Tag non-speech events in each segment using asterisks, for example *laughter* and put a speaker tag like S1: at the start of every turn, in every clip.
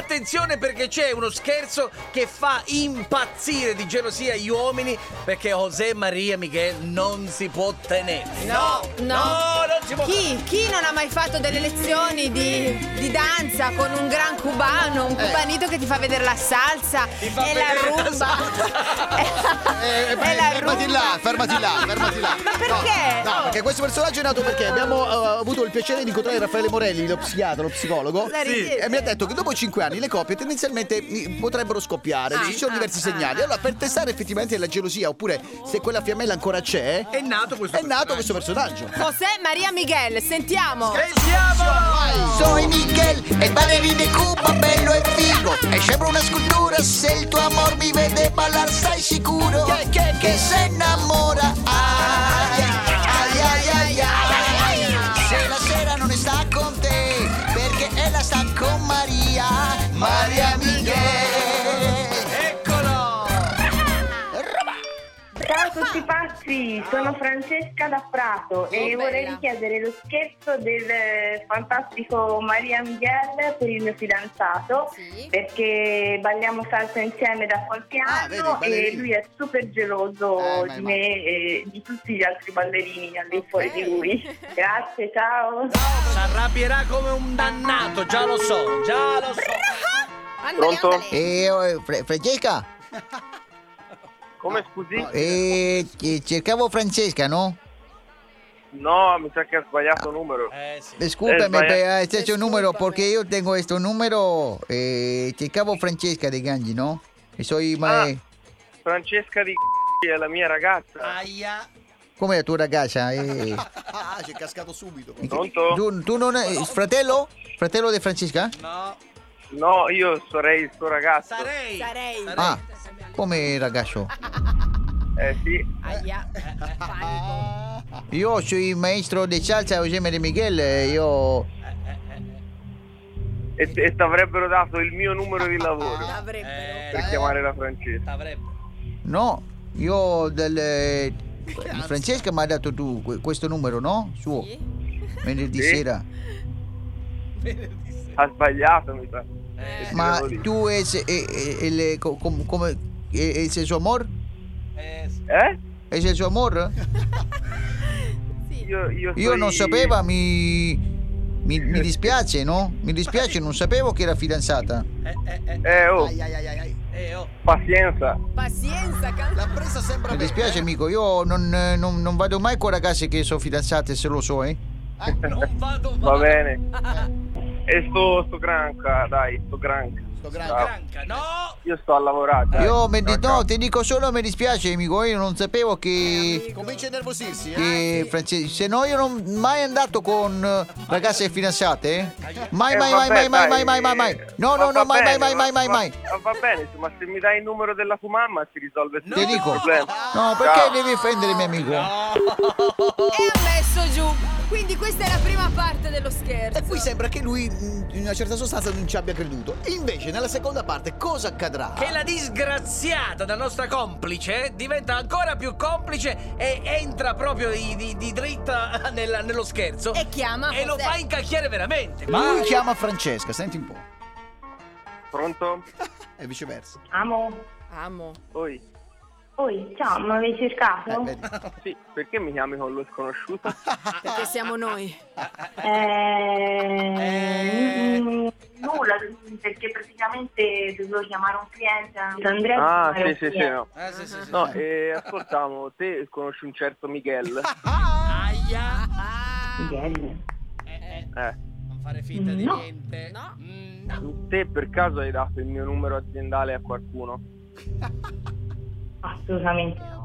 S1: Attenzione perché c'è uno scherzo che fa impazzire di gelosia gli uomini perché José Maria Miguel non si può tenere.
S2: No, no.
S1: non si può
S2: Chi, chi non ha mai fatto delle lezioni di, di danza con un gran cubano, un cubanito che ti fa vedere la salsa
S1: fa
S2: e la
S1: vedere la
S2: rumba? *laughs*
S3: Eh, eh,
S2: E la
S3: fermati
S2: rumba.
S3: là, fermati là, fermati là.
S2: Ma perché?
S3: No, no, perché questo personaggio è nato perché abbiamo eh, avuto il piacere di incontrare Raffaele Morelli, lo psichiatra, lo psicologo.
S2: Cosa ridete?
S3: E mi ha detto che dopo 5 anni le coppie tendenzialmente eh, potrebbero scoppiare,
S2: Ah,
S3: ci sono
S2: ah,
S3: diversi
S2: ah.
S3: segnali. Allora, per testare effettivamente la gelosia, oppure se quella fiammella ancora c'è,
S1: È nato questo
S3: è
S1: personaggio.
S3: nato questo personaggio.
S2: José Maria Miguel, sentiamo.
S1: Sentiamo!
S4: Soy Miguel, el bailarín de Cuba, bello y figo. Ejemplo una escultura, es el tu amor, vive de balanza y seguro. Que se enamora, ay, ay, ay, ay, ay. Se la sera non sta con te, perché ella sta con Maria, Maria Miguel.
S1: Eccolo!
S5: Ciao a tutti pazzi, sono Francesca da Prato
S3: Oh,
S5: e
S2: bella.
S5: vorrei richiedere lo scherzo del eh, fantastico Maria Miguel per il mio fidanzato
S2: Sì.
S5: perché balliamo salsa insieme da qualche
S3: Ah, vedi,
S5: anno e
S3: ballerini.
S5: lui è super geloso
S3: Eh, ma-
S5: di
S3: ma-
S5: me e di tutti gli altri ballerini all'infuori
S2: Ok.
S5: di
S3: *laughs*
S5: lui. Grazie, ciao.
S1: Si arrabbierà come un dannato, già lo so, già lo so.
S2: Andiamo
S6: Pronto?
S2: a lei.
S4: Eh, oh, Fre- Francesca,
S6: Come scusi?
S4: eh, eh, cercavo Francesca, no?
S6: No, mi sa che ha sbagliato numero.
S1: Eh sì.
S6: Eh,
S4: Discúlpeme,
S6: sbaglia-
S4: pero este es un número,
S2: Discúlpame.
S4: porque yo tengo este número, eh, que cabo Francesca de Ganji, ¿no? Y soy, ma- eh,
S6: Ah. Francesca di *laughs* è la mia ragazza.
S1: Aia.
S4: ¿cómo era tu ragazza? Eh,
S3: Ah, c'è cascato subito.
S6: Pronto?
S4: ¿Tú, tú no, eh, fratello? ¿Fratello de Francesca?
S1: No.
S6: No, io sarei il suo ragazzo.
S1: Sarei.
S2: Sarei.
S4: Ah, ¿cómo era, ragazzo?
S6: Eh sì.
S2: Aia. Panico.
S4: Yo soy maestro de salsa, José María Miguel, eh, yo...
S6: E, e ti avrebbero dato il mio numero di lavoro
S1: Eh.
S2: L'avrebbero.
S6: per chiamare la Francesca.
S1: Avrebbe.
S4: No, yo del... eh, Francesca me ha dato tu que- questo numero, no? Suo,
S2: Sì.
S4: venerdì
S6: Sì.
S4: sera.
S6: Ha sbagliato, mi sa.
S1: Eh,
S4: Ma
S6: Io lì.
S4: tu es, eh, eh, el, eh, co- com- come, eh, es el su amor?
S1: eh, sì.
S6: Eh?
S4: Es el su amor?
S2: Sì.
S6: Io, io,
S4: Io
S6: sono
S4: non
S6: i-
S4: sapevo, mi, mi, mi dispiace, no? Mi
S6: *laughs*
S4: dispiace, non sapevo che era fidanzata.
S1: Eh, eh, eh,
S6: Eh, oh,
S3: Ai, ai, ai, ai, ai.
S1: eh, oh.
S6: pazienza.
S2: Pazienza, can-
S3: La presa sembra
S4: Mi
S3: bene.
S4: dispiace,
S3: eh?
S4: amico, io non, eh, non- non vado mai con ragazze che sono fidanzate, se lo so, eh.
S1: Non vado
S6: Va
S1: male.
S6: bene. E sto, sto granca, dai, sto granca.
S3: Sto grande.
S6: Ciao.
S1: Branca, no!
S6: Io sto a lavorare. dai.
S4: Io mi
S6: Ciao,
S4: di-
S6: ciao.
S4: no, ti dico solo mi dispiace, amico, io non sapevo
S6: Eh,
S4: che...
S3: Comincia a innervosirsi, eh?
S4: che Francesca- se no io non mai andato con eh, ragazze fidanzate, eh. Mai, mai,
S6: Eh,
S4: mai, mai, mai,
S6: vabbè, dai,
S4: mai, mai, mai, mai.
S6: eh,
S4: No, no,
S6: ma va
S4: no, mai, mai,
S6: bene,
S4: mai,
S6: ma-
S4: mai, mai,
S6: ma-
S4: mai.
S6: ma Va bene, ma se mi dai il numero della tua mamma si risolve tutto
S4: Ti
S6: il
S4: dico.
S6: problema.
S4: No, perché
S6: Ciao.
S4: devi offendermi, amico?
S2: E ha messo giù. Quindi questa è la prima parte dello scherzo.
S3: E poi sembra che lui mh, in una certa sostanza non ci abbia creduto. E invece nella seconda parte cosa accadrà?
S1: Che la disgraziata da nostra complice diventa ancora più complice e entra proprio di, di- di dritta nella- nello scherzo
S2: E chiama
S1: e lo
S2: José.
S1: fa incacchiare veramente.
S3: Ma lui chiama Francesca, senti un po'.
S6: Pronto?
S3: E viceversa.
S5: Amo.
S2: Amo.
S6: Oi.
S5: Oi, ciao, mi avevi cercato?
S3: Eh, vedi.
S6: Sì, perché mi chiami con lo sconosciuto?
S2: Perché siamo noi.
S5: Eh, mm, nulla, perché praticamente dovevo chiamare un cliente. Andrea
S6: Ah,
S5: chiamare
S6: *laughs* sì,
S5: un
S6: sì, sì,
S5: cliente.
S6: no.
S1: Eh, sì, sì, sì.
S6: No, eh, ascoltamo, te conosci un
S4: *laughs*
S6: certo Miguel?
S1: Aia!
S5: Miguel.
S6: Eh,
S1: Non fare finta di
S5: No.
S1: niente.
S2: No.
S1: Mm, no.
S6: te per caso hai dato il mio numero aziendale a qualcuno?
S5: Assolutamente no.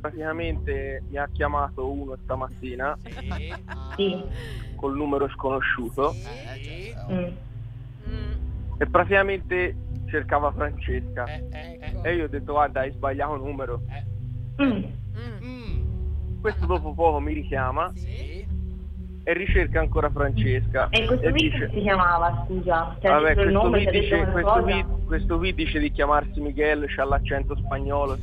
S6: Praticamente mi ha chiamato uno stamattina
S1: Sì,
S5: Sì.
S6: col numero sconosciuto
S1: sì.
S5: mm.
S2: Mm.
S6: e praticamente cercava Francesca.
S1: Eh, eh, eh.
S6: E io ho detto guarda hai sbagliato numero.
S5: Mm.
S2: Mm.
S1: Mm,
S6: Questo dopo poco mi richiama
S1: sì.
S6: e ricerca ancora Francesca.
S5: E questo qui
S6: dice
S5: come si chiamava, scusa? Cioè,
S6: Vabbè,
S5: ha detto il
S6: questo
S5: nome,
S6: qui,
S5: ci ha detto
S6: dice,
S5: una
S6: questo,
S5: cosa?
S6: qui, questo qui dice di chiamarsi Miguel, c'ha l'accento spagnolo.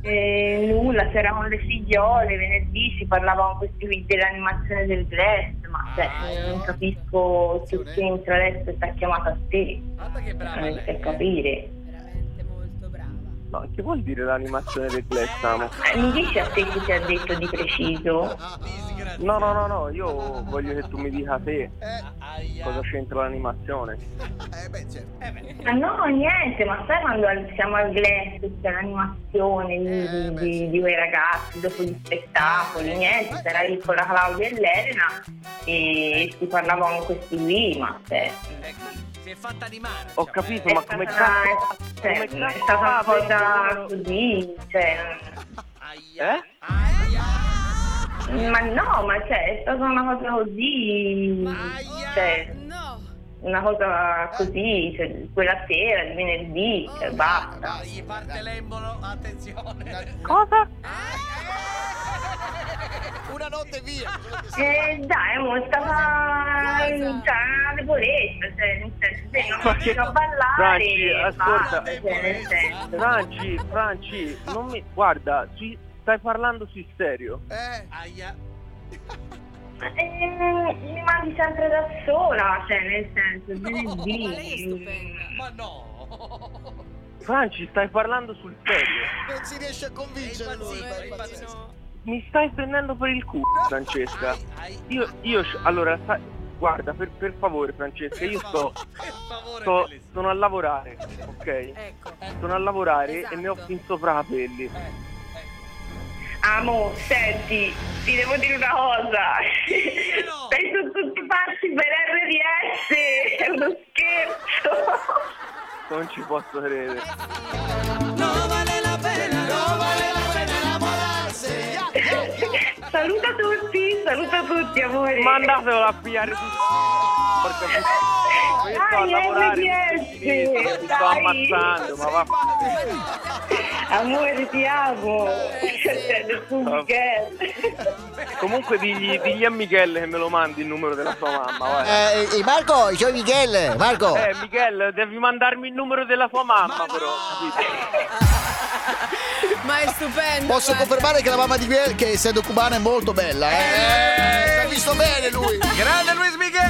S5: Eh, nulla, c'era con le figliole, venerdì si parlava con questi qui dell'animazione del dress, ma cioè,
S1: Ah,
S5: non capisco che c'entra adesso sta chiamata a te,
S1: eh, Guarda che brava
S5: non
S1: lei.
S5: per
S1: eh.
S5: capire.
S2: Veramente molto brava.
S6: No, che vuol dire l'animazione perplessa? amo?
S5: Eh, Mi dici a te chi ti ha detto di preciso?
S1: Disgra-
S6: No, no, no, no, io voglio che tu mi dica te
S1: Aia.
S6: cosa c'entra l'animazione.
S3: Eh, beh, certo.
S5: Ma no, niente, ma sai quando al- siamo al Glass c'è l'animazione di,
S3: Eh, beh,
S5: di-
S3: sì.
S5: di quei ragazzi dopo gli spettacoli, niente, sarà lì con la Claudia e l'Elena e si parlava con questi qui, ma cioè,
S1: Ecco, si è fatta animare.
S6: Ho
S1: diciamo,
S6: capito,
S1: eh.
S6: ma come
S5: è
S6: cazzo?
S5: stata- cioè,
S6: come cazzo
S5: è stata una
S6: fa a
S5: cosa
S6: prendere uno-
S5: così, cioè,
S1: Aia.
S6: Eh?
S1: Aia.
S5: ma no, ma cioè, è stata una cosa così,
S1: Aia.
S5: cioè,
S2: No,
S5: una cosa così, cioè, quella sera, il venerdì, cioè, basta.
S1: Ah, Gli parte l'embolo, attenzione. Eh,
S6: Cosa?
S3: Una notte via.
S5: Eh, dai, mo, stava cioè,
S2: Cosa?
S5: una debolezza, cioè, nel senso, se non
S6: Ma
S5: riesco
S6: che-
S5: a ballare,
S6: Franci,
S5: basta,
S6: ascolta.
S5: cioè, nel senso.
S6: Franci, Franci, non mi... Guarda, ci- stai parlando sul serio.
S3: Eh.
S1: Aia.
S5: Eh, mi mandi sempre da sola, cioè, nel senso,
S2: ma
S5: venerdì.
S2: lei è stupenda.
S1: Ma no.
S6: Franci, stai parlando sul serio.
S3: Non si riesce a convincere
S1: È
S3: lui.
S1: impazzito,
S3: beh,
S1: è impazzito.
S6: Mi stai prendendo per il culo, Francesca.
S1: Ai, ai.
S6: Io, io, allora, sta- guarda, per, per favore, Francesca, io sto,
S1: Per favore,
S6: sto,
S1: bellissimo.
S6: sono a lavorare, ok?
S2: ecco.
S6: Sono a lavorare
S2: Esatto.
S6: e ne ho fin sopra la pelli.
S1: Eh, eh.
S5: Amo, senti, ti devo dire una cosa. *laughs*
S1: no.
S5: Stai su tutti i passi per RDS, è uno scherzo.
S2: *laughs*
S6: Non ci posso credere.
S5: saluta tutti, saluta tutti, amore.
S6: Mandatelo a pigliare su Porca puttana, io sto a
S5: Dai,
S6: lavorare,
S5: NBS,
S6: mi sto
S5: dai.
S6: ammazzando, ma va
S5: Amore, ti amo. Cioè, *laughs* nessun
S6: Ah.
S5: weekend.
S6: Comunque digli, digli a Michele che me lo mandi il numero della sua mamma, vai.
S4: Eh, eh, Marco, sono Michele, Marco.
S6: Eh Michele, devi mandarmi il numero della sua mamma però, capito?
S2: Ma è stupendo.
S3: Posso
S2: guarda.
S3: confermare che la mamma di Biel, che essendo cubana, è molto bella. Eh, si è visto bene lui.
S1: Grande Luis Miguel.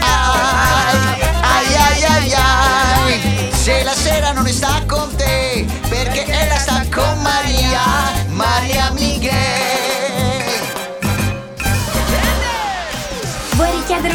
S4: Ai, ai, ai, ai. Se la sera non sta con te, perché ella sta con Maria, Maria Miguel.
S7: Vuoi richiedere